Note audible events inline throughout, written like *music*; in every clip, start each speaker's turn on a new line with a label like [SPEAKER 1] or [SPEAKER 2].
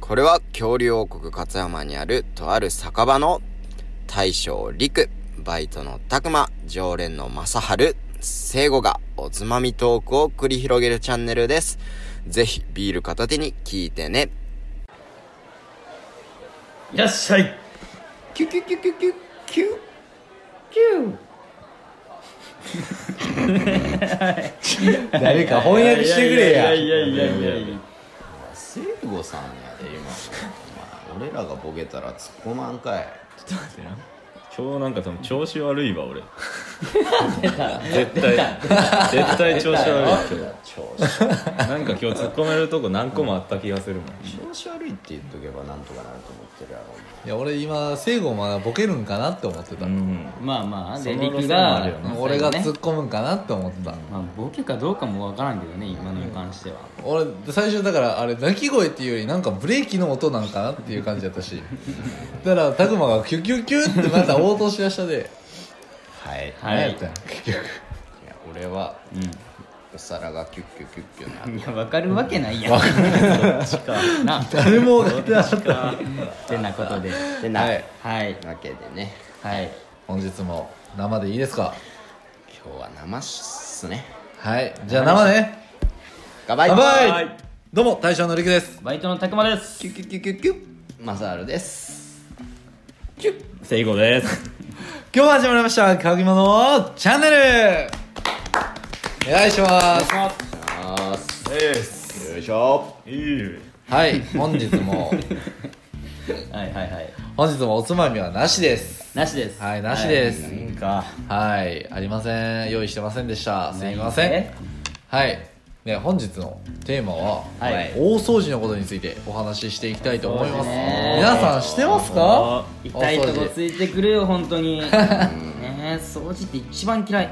[SPEAKER 1] これは恐竜王国勝山にあるとある酒場の大将陸、バイトの拓馬、常連の正春、聖子がおつまみトークを繰り広げるチャンネルです。ぜひビール片手に聞いてね。
[SPEAKER 2] いらっしゃい
[SPEAKER 1] キュキュキュキュキュキュ
[SPEAKER 3] 誰か翻訳してくれや
[SPEAKER 2] いやいやいやいやいやいや
[SPEAKER 1] 聖子さんやで今。俺らがボケたら突っ込まんかい。
[SPEAKER 2] 今日なんか多分調子悪いわ俺絶対絶対調子悪い今
[SPEAKER 1] 調子
[SPEAKER 2] 日なんか今日突っ込めるとこ何個もあった気がするも
[SPEAKER 1] 調
[SPEAKER 2] ん
[SPEAKER 1] 子悪いって言っとけばなんとかなると思ってるやろ。
[SPEAKER 3] いや俺今聖子まだボケるんかなって思ってた、
[SPEAKER 2] うん
[SPEAKER 4] まあまあ
[SPEAKER 2] そ
[SPEAKER 4] で
[SPEAKER 2] の路
[SPEAKER 4] 力
[SPEAKER 2] 線もあ
[SPEAKER 4] が
[SPEAKER 2] るよね
[SPEAKER 3] 俺が
[SPEAKER 4] 最
[SPEAKER 3] 突
[SPEAKER 4] 後
[SPEAKER 3] っ
[SPEAKER 4] ね
[SPEAKER 3] 込むんかなって思ってた、
[SPEAKER 4] まあ、ボケかどうかもわからんけどね今のに関しては、
[SPEAKER 3] 俺最初だからあれ鳴き声っていうよりなんかブレーキの音なんかなっていう感じだった *laughs* しだから拓磨がキュキュキュってまた応答しだしたで
[SPEAKER 1] はい。
[SPEAKER 4] はい
[SPEAKER 3] 何やったんや結局
[SPEAKER 1] いや俺は
[SPEAKER 4] うん、い
[SPEAKER 1] お皿がキュッキュッキュッキュッな
[SPEAKER 4] やわかるわけないやんな
[SPEAKER 3] 誰も分かってなかった
[SPEAKER 4] てなことで
[SPEAKER 1] ってな
[SPEAKER 3] はい
[SPEAKER 4] はい
[SPEAKER 1] わけでね
[SPEAKER 4] はい
[SPEAKER 3] 本日も生でいいですか
[SPEAKER 1] 今日は生っすね
[SPEAKER 3] はいじゃあ生ね
[SPEAKER 1] ガバイ
[SPEAKER 3] 乾杯、
[SPEAKER 2] はい
[SPEAKER 3] どうも大将のりくです
[SPEAKER 4] バイトのたくまです
[SPEAKER 1] キュッキュッキュッキュッキュッマサールです
[SPEAKER 2] 聖子です
[SPEAKER 3] 今日も始まりました「かぐまのチャンネル」お願いします
[SPEAKER 1] あ
[SPEAKER 2] えー
[SPEAKER 1] ーよいしょ
[SPEAKER 2] いい
[SPEAKER 3] はい本日も
[SPEAKER 4] はいはいはい
[SPEAKER 3] 本日もおつまみはなしです
[SPEAKER 4] なしです
[SPEAKER 3] はいなしです
[SPEAKER 4] はい、いいか
[SPEAKER 3] はいありません用意してませんでしたすいませ
[SPEAKER 4] なんいね
[SPEAKER 3] はいね本日のテーマは、
[SPEAKER 4] はい
[SPEAKER 3] 大掃除のことについてお話ししていきたいと思いま
[SPEAKER 4] そうですすね
[SPEAKER 3] 皆さんしてますか
[SPEAKER 4] 痛いと
[SPEAKER 3] 大
[SPEAKER 4] こ
[SPEAKER 3] 掃除
[SPEAKER 4] ついてくるよ本当に *laughs* ねえ掃除って一番嫌い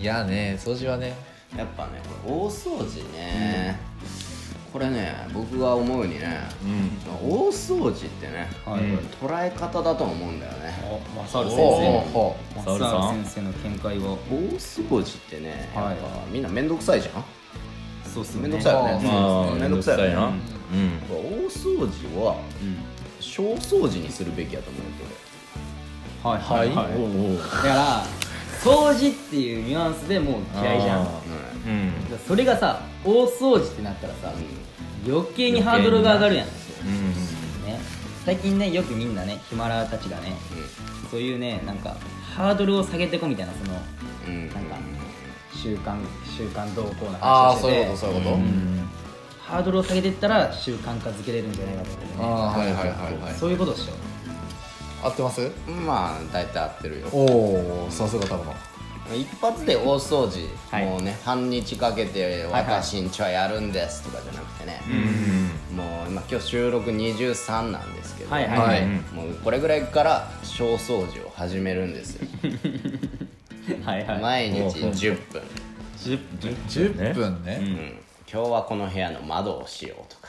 [SPEAKER 3] いやね掃除はね
[SPEAKER 1] やっぱねこれ大掃除ね、これね僕が思うにね、大掃除ってね、
[SPEAKER 4] はい
[SPEAKER 1] 捉え方だと思うんだよね
[SPEAKER 4] おマサール先
[SPEAKER 3] ほう
[SPEAKER 4] 生
[SPEAKER 3] ほうほ
[SPEAKER 4] マ
[SPEAKER 2] サ
[SPEAKER 4] サ
[SPEAKER 2] ールさん
[SPEAKER 4] ール先生の見解を
[SPEAKER 1] 大掃除ってねやっぱ、
[SPEAKER 4] はい
[SPEAKER 1] みんな面倒くさいじゃん
[SPEAKER 4] そうっすね
[SPEAKER 1] 面倒くさいよね
[SPEAKER 2] まあ
[SPEAKER 1] そう
[SPEAKER 2] め
[SPEAKER 1] 面
[SPEAKER 2] ん
[SPEAKER 1] 倒
[SPEAKER 2] ど
[SPEAKER 1] く
[SPEAKER 2] く
[SPEAKER 1] さ
[SPEAKER 2] さ
[SPEAKER 1] い
[SPEAKER 2] い
[SPEAKER 1] よ
[SPEAKER 2] な
[SPEAKER 1] ね
[SPEAKER 2] うん
[SPEAKER 1] 大掃除は
[SPEAKER 4] うん
[SPEAKER 1] 小掃除にするべきやと思うけど
[SPEAKER 4] はいはい
[SPEAKER 3] はい
[SPEAKER 2] おうおう
[SPEAKER 4] だから掃除っていうニュアンスでもう嫌いじゃん
[SPEAKER 2] あーうん
[SPEAKER 4] だからそれがさ大掃除ってなったらさ、余計にハードルが上がるやん、ね、最近ねよくみんなねヒマラヤたちがねそういうねなんかハードルを下げてこみたいなその
[SPEAKER 1] うんうん
[SPEAKER 4] なんか習慣習慣動向な
[SPEAKER 3] あ
[SPEAKER 4] 話
[SPEAKER 3] あ
[SPEAKER 4] をし
[SPEAKER 3] そういうことそ
[SPEAKER 4] てて
[SPEAKER 3] ういうこと、
[SPEAKER 4] ハードルを下げていったら習慣化づけれるんじゃないかと思って
[SPEAKER 3] あ
[SPEAKER 4] ね
[SPEAKER 3] あはいはいはいはい
[SPEAKER 4] そういうことっしょ
[SPEAKER 3] 合ってます
[SPEAKER 1] うんまあ大体合ってるよ
[SPEAKER 3] おおさすがたま
[SPEAKER 1] 一発で大掃除、
[SPEAKER 4] はい
[SPEAKER 1] もうね半日かけて
[SPEAKER 4] はい
[SPEAKER 1] 私んちはやるんですとかじゃなくてね、もう今今日収録23なんですけど、
[SPEAKER 4] はいはい
[SPEAKER 3] は
[SPEAKER 4] はいい
[SPEAKER 1] もうこれぐらいから小掃除を始めるんですよ
[SPEAKER 4] はいはい
[SPEAKER 1] 毎日
[SPEAKER 2] ほうほう
[SPEAKER 1] 10分、
[SPEAKER 2] 10
[SPEAKER 3] 10分ね
[SPEAKER 1] うん、今日はこの部屋の窓をしようとか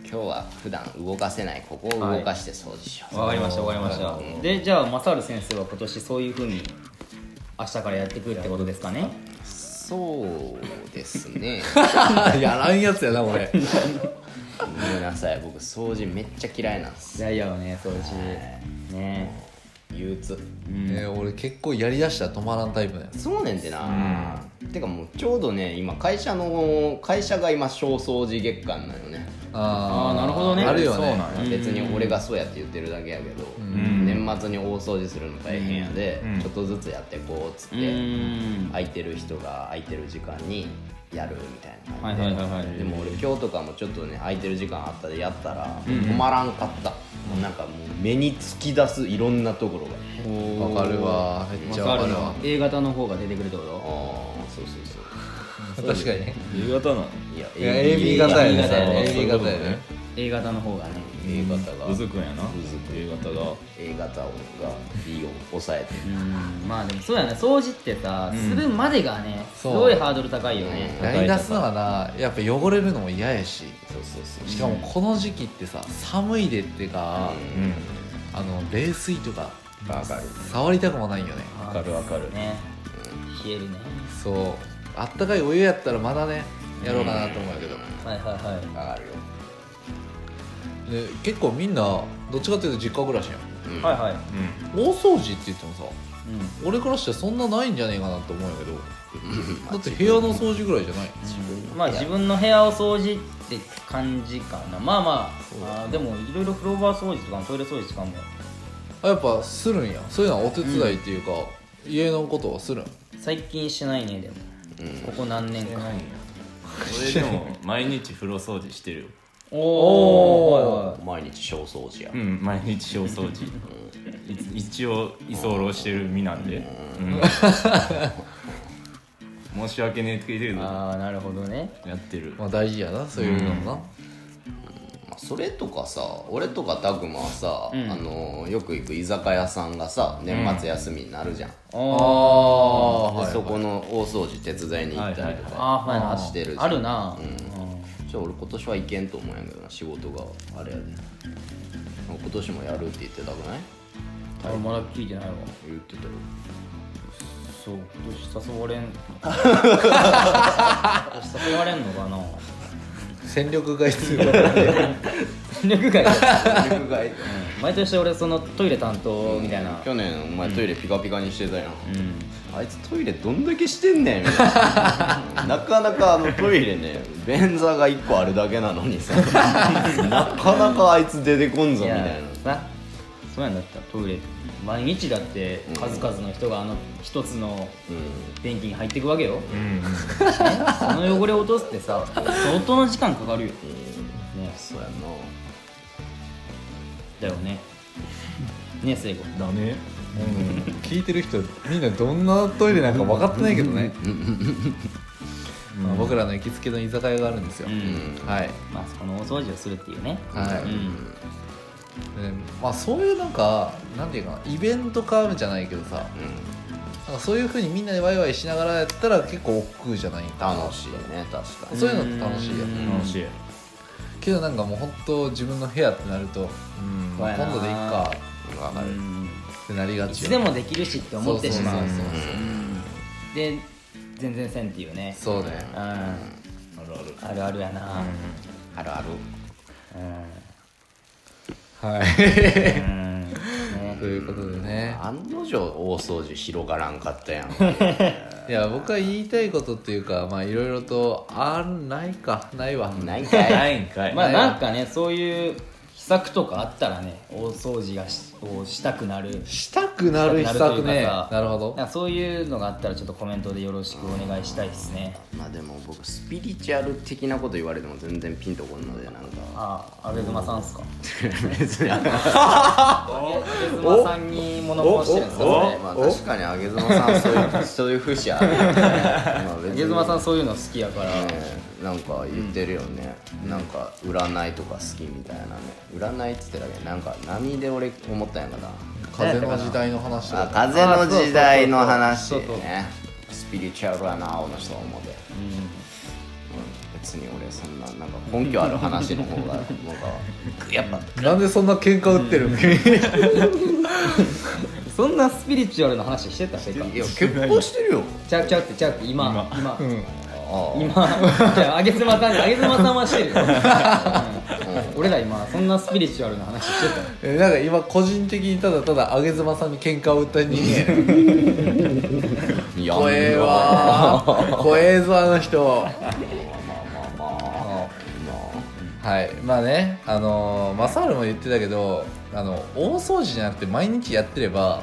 [SPEAKER 1] 今日は普段動かせないここを動かして掃除しよう、
[SPEAKER 4] わかりましたわかりましたでじゃあマサール先生は今年そういうふうに明日からやってくるってことですかね
[SPEAKER 1] そうですね
[SPEAKER 3] やらんや *laughs* つやなこれ
[SPEAKER 1] ごめんなさい僕掃除めっちゃ嫌いなんです
[SPEAKER 4] いやいやね掃除ね
[SPEAKER 1] 憂鬱
[SPEAKER 3] えー俺結構やりだしたら止まらんタイプだよ
[SPEAKER 1] そうねんてな、てかもうちょうどね今会社の会社が今小掃除月間なのね、
[SPEAKER 3] あ
[SPEAKER 4] あーなるほどね
[SPEAKER 3] あるよ
[SPEAKER 2] そう
[SPEAKER 3] ね
[SPEAKER 2] なんや
[SPEAKER 1] 別に俺がそうやって言ってるだけやけど、
[SPEAKER 2] ん
[SPEAKER 1] 年末に大掃除するの大変やで、
[SPEAKER 2] うん
[SPEAKER 1] ちょっとずつやってこうっつって、
[SPEAKER 4] うーん
[SPEAKER 1] 空いてる人が空いてる時間にやるみたいな
[SPEAKER 4] は
[SPEAKER 1] 感
[SPEAKER 4] い
[SPEAKER 1] じで、
[SPEAKER 4] はいはいはい
[SPEAKER 1] でも俺今日とかもちょっとね空いてる時間あったでやったら止まらんかった、もうなんかもう目に突き出すいろんなところが
[SPEAKER 3] わかるわめっちゃわ
[SPEAKER 4] マ
[SPEAKER 3] か
[SPEAKER 4] サール
[SPEAKER 3] る
[SPEAKER 4] の
[SPEAKER 3] わ
[SPEAKER 4] A 型の方が出てくるってこと
[SPEAKER 1] ああそうそうそう
[SPEAKER 3] 確かにね
[SPEAKER 2] 夕方なの
[SPEAKER 1] いや
[SPEAKER 3] いや AB 型やね
[SPEAKER 1] AB
[SPEAKER 3] AB
[SPEAKER 1] 型
[SPEAKER 3] 型やね
[SPEAKER 4] A 型の方がね
[SPEAKER 1] A 型が
[SPEAKER 2] うずくんやな
[SPEAKER 1] うずく
[SPEAKER 2] A 型が
[SPEAKER 1] A 型が B を抑えて
[SPEAKER 4] うーんまあでもそうやね掃除ってさするまでがねす
[SPEAKER 3] そう
[SPEAKER 4] ごいハードル高いよ
[SPEAKER 1] う
[SPEAKER 4] ね
[SPEAKER 1] ん
[SPEAKER 3] やりだすのはなやっぱ汚れるのも嫌やし
[SPEAKER 1] そうそうそう
[SPEAKER 3] しかもこの時期ってさ寒いでってか
[SPEAKER 2] うん
[SPEAKER 3] あの冷水とか
[SPEAKER 1] わかる
[SPEAKER 3] 触りたくもないよね
[SPEAKER 4] わ
[SPEAKER 2] かるわかる
[SPEAKER 4] ね冷えるね
[SPEAKER 3] そうあったかいお湯やったらまだねやろうかなと思うけど
[SPEAKER 4] はいはいはい
[SPEAKER 1] わかるよ *laughs*
[SPEAKER 3] で結構みんなどっちかっていうと実家暮らしやん
[SPEAKER 5] うん
[SPEAKER 2] はいはい
[SPEAKER 3] 大掃除って言ってもさ
[SPEAKER 4] うん
[SPEAKER 3] 俺からしたらそんなないんじゃねえかなって思うんやけど
[SPEAKER 5] うん
[SPEAKER 3] だって部屋の掃除ぐらいじゃない
[SPEAKER 4] まあ自分の部屋を掃除って感じかなまあまああーでもいろいろフローバー掃除とかもトイレ掃除とかも
[SPEAKER 3] あやっぱするんやそういうのはお手伝いっていうか、家のことはするん
[SPEAKER 4] 最近しないねでも、ここ何年か
[SPEAKER 2] 俺でも毎日風呂掃除してるよ
[SPEAKER 4] お
[SPEAKER 3] お
[SPEAKER 4] お
[SPEAKER 5] 毎日小掃除や
[SPEAKER 2] うん毎日小掃除いつ一応居候してる身なんで、うん申し訳ねえけれどや
[SPEAKER 4] ああなるほどね
[SPEAKER 2] ってる
[SPEAKER 3] まあ大事やなそういうのもな、
[SPEAKER 1] まあそれとかさ俺とかタグマはさ、
[SPEAKER 4] うん
[SPEAKER 1] あのよく行く居酒屋さんがさ年末休みになるじゃん、
[SPEAKER 4] あ
[SPEAKER 3] あ
[SPEAKER 1] でそこの大掃除手伝いに行ったりとか、
[SPEAKER 4] あーはいな
[SPEAKER 1] してるじゃん
[SPEAKER 4] あるな、
[SPEAKER 1] じゃあ俺今年は行けんと思うんやけどな仕事があれやで今年もやるって言ってたくない
[SPEAKER 4] 俺まだ聞いてないわ
[SPEAKER 1] 言って *laughs* たよ
[SPEAKER 4] そう今年誘われん今年誘われんのかな *laughs*
[SPEAKER 3] 戦力が必要だね
[SPEAKER 4] 略外
[SPEAKER 1] 僕が
[SPEAKER 4] 毎年俺そのトイレ担当みたいな、
[SPEAKER 1] 去年お前トイレピカピカにしてたやん、
[SPEAKER 4] うん、
[SPEAKER 1] あいつトイレどんだけしてん *laughs* ねんみたいななかなかあのトイレね便座が1個あるだけなの *laughs* にさなかなかあいつ出てこんぞ
[SPEAKER 4] い
[SPEAKER 1] みたいな
[SPEAKER 4] やさそうやんだったらトイレ毎日だって数々の人があの一つの便器に入っていくわけよ、ねその汚れを落とすってさ相当の時間かかるよ、ね、
[SPEAKER 1] そうやんな
[SPEAKER 4] だよねねえ聖子
[SPEAKER 2] だね
[SPEAKER 3] うん聞いてる人みんなどんなトイレなんか分かってないけどね、まあ、僕らの行きつけの居酒屋があるんですよ、
[SPEAKER 4] うん
[SPEAKER 3] はい
[SPEAKER 4] まあそこのお掃除をするっていうね
[SPEAKER 3] はい、
[SPEAKER 4] うん
[SPEAKER 3] でまあ、そういうなんかなんていうかなイベント化じゃないけどさ、なんかそういうふうにみんなでワイワイしながらやったら結構億劫じゃないかな
[SPEAKER 1] 楽しいね確かに
[SPEAKER 3] そういうのって楽しいよね
[SPEAKER 4] うん
[SPEAKER 2] 楽しい
[SPEAKER 3] けどなんかもう本当自分の部屋ってなると、
[SPEAKER 2] うん
[SPEAKER 3] まあ
[SPEAKER 4] 怖いな
[SPEAKER 3] 今度でいっか
[SPEAKER 1] わか
[SPEAKER 4] う
[SPEAKER 1] る
[SPEAKER 4] ん
[SPEAKER 3] ってなりが
[SPEAKER 4] い
[SPEAKER 3] ち
[SPEAKER 4] つ
[SPEAKER 3] よ
[SPEAKER 4] でもできるしって思ってしまう
[SPEAKER 3] そうそう
[SPEAKER 4] で全然せんっていうね
[SPEAKER 3] そうそうそうね
[SPEAKER 4] うんあ
[SPEAKER 2] あるある
[SPEAKER 4] るあるやな
[SPEAKER 1] あるある
[SPEAKER 4] う
[SPEAKER 3] はい
[SPEAKER 4] んうんね
[SPEAKER 3] ということでね
[SPEAKER 1] 案の定大掃除広がらんかったやん
[SPEAKER 3] いや僕は言いたいことっていうかまあいろいろとあんないかないわ
[SPEAKER 1] *laughs* ない
[SPEAKER 2] な
[SPEAKER 1] かい
[SPEAKER 2] いんかい、
[SPEAKER 4] まあ
[SPEAKER 3] はい
[SPEAKER 4] なんかねそういう秘策とかあったらね大掃除がしをしたくなる
[SPEAKER 3] したくなる秘策ね
[SPEAKER 4] したく
[SPEAKER 3] なるほ
[SPEAKER 4] なん
[SPEAKER 3] ど
[SPEAKER 4] かそういうのがあったらちょっとコメントでよろしくお願いしたいですね
[SPEAKER 1] まあでも僕スピリチュアル的なこと言われても全然ピンとこんのでなんか
[SPEAKER 4] ああ阿部妻さんっすか
[SPEAKER 1] *laughs* 別にあの
[SPEAKER 4] 阿部妻さんに物申してるんですか
[SPEAKER 1] そう
[SPEAKER 4] そ
[SPEAKER 1] ね
[SPEAKER 4] れ
[SPEAKER 1] まあ確かにあげずまさんそう *laughs* いうそういう節あるよねまあ別に
[SPEAKER 4] 阿部妻さんそういうの好きやから
[SPEAKER 1] うんなんか言ってるよね、なんか占いとか好きみたいなね占いっつってたけどなんか波で俺思ったんやんかな
[SPEAKER 3] 風の時代の話と
[SPEAKER 1] あ
[SPEAKER 3] か
[SPEAKER 1] 風の時代の話
[SPEAKER 4] そうそうそう
[SPEAKER 1] ねスピリチュアルやな青の人は思うで、うん、別に俺そんななんか根拠ある話の方がなんかやっぱ
[SPEAKER 3] なんでそんな喧嘩売ってるの君
[SPEAKER 4] そんなスピリチュアルの話してたせいか
[SPEAKER 1] いや結婚してるよ
[SPEAKER 4] ちゃうちゃうってちゃうって今今今,、
[SPEAKER 1] ああ
[SPEAKER 4] じゃあ上妻さん上妻さんはし
[SPEAKER 3] *laughs*
[SPEAKER 4] てるよ、うん俺ら今そんなスピリチュアルの話してた
[SPEAKER 3] えなんか今個人的にただただあげずまさんに喧嘩を売った人間
[SPEAKER 1] いや
[SPEAKER 3] 怖えわー *laughs* 怖えぞあの人はいまあねあのー、マサールも言ってたけどあの大掃除じゃなくて毎日やってれば、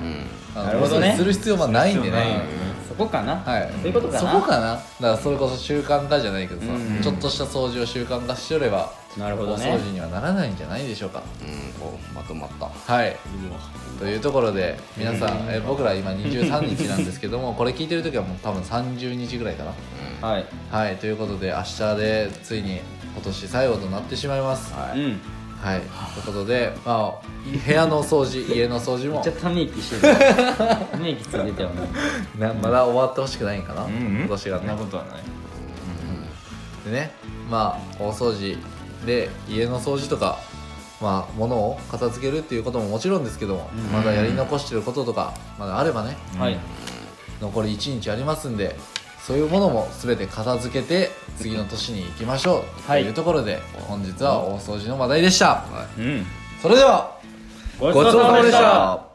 [SPEAKER 3] あの
[SPEAKER 4] なるほどね
[SPEAKER 3] 大掃除する必要はないんでね
[SPEAKER 4] そこかな、
[SPEAKER 3] はい、
[SPEAKER 4] そういうことかな
[SPEAKER 3] そこかなだからそれこそ習慣化じゃないけどさ、
[SPEAKER 4] うん
[SPEAKER 3] ちょっとした掃除を習慣化しとれば
[SPEAKER 4] なるほどね
[SPEAKER 3] 大掃除にはならないんじゃないでしょうか
[SPEAKER 1] うんこうまとまった
[SPEAKER 3] はいというところで皆さん、え僕ら今23日なんですけども *laughs* これ聞いてる時はもう多分30日ぐらいかな
[SPEAKER 4] はい、
[SPEAKER 3] はいということで明日でついに今年最後となってしまいますは
[SPEAKER 4] うんめっ
[SPEAKER 3] い、ということで、まあ、部屋の掃除 *laughs* 家の掃除も
[SPEAKER 4] ちゃため息して *laughs* るため息ついてたよね
[SPEAKER 3] なまだ終わってほしくないんかな、
[SPEAKER 2] うん
[SPEAKER 3] 今年が
[SPEAKER 2] そんな
[SPEAKER 3] ね
[SPEAKER 2] ことはない
[SPEAKER 3] でねまあ大掃除で家の掃除とかまあ物を片付けるっていうことももちろんですけども、まだやり残してることとかまだあればね
[SPEAKER 4] はい
[SPEAKER 3] 残り1日ありますんでそういうものも全て片付けて次の年に行きましょうと
[SPEAKER 4] はい
[SPEAKER 3] いうところで、本日は大掃除の話題でした、
[SPEAKER 2] うん
[SPEAKER 3] それでは
[SPEAKER 2] ご
[SPEAKER 3] ごちそうさまでした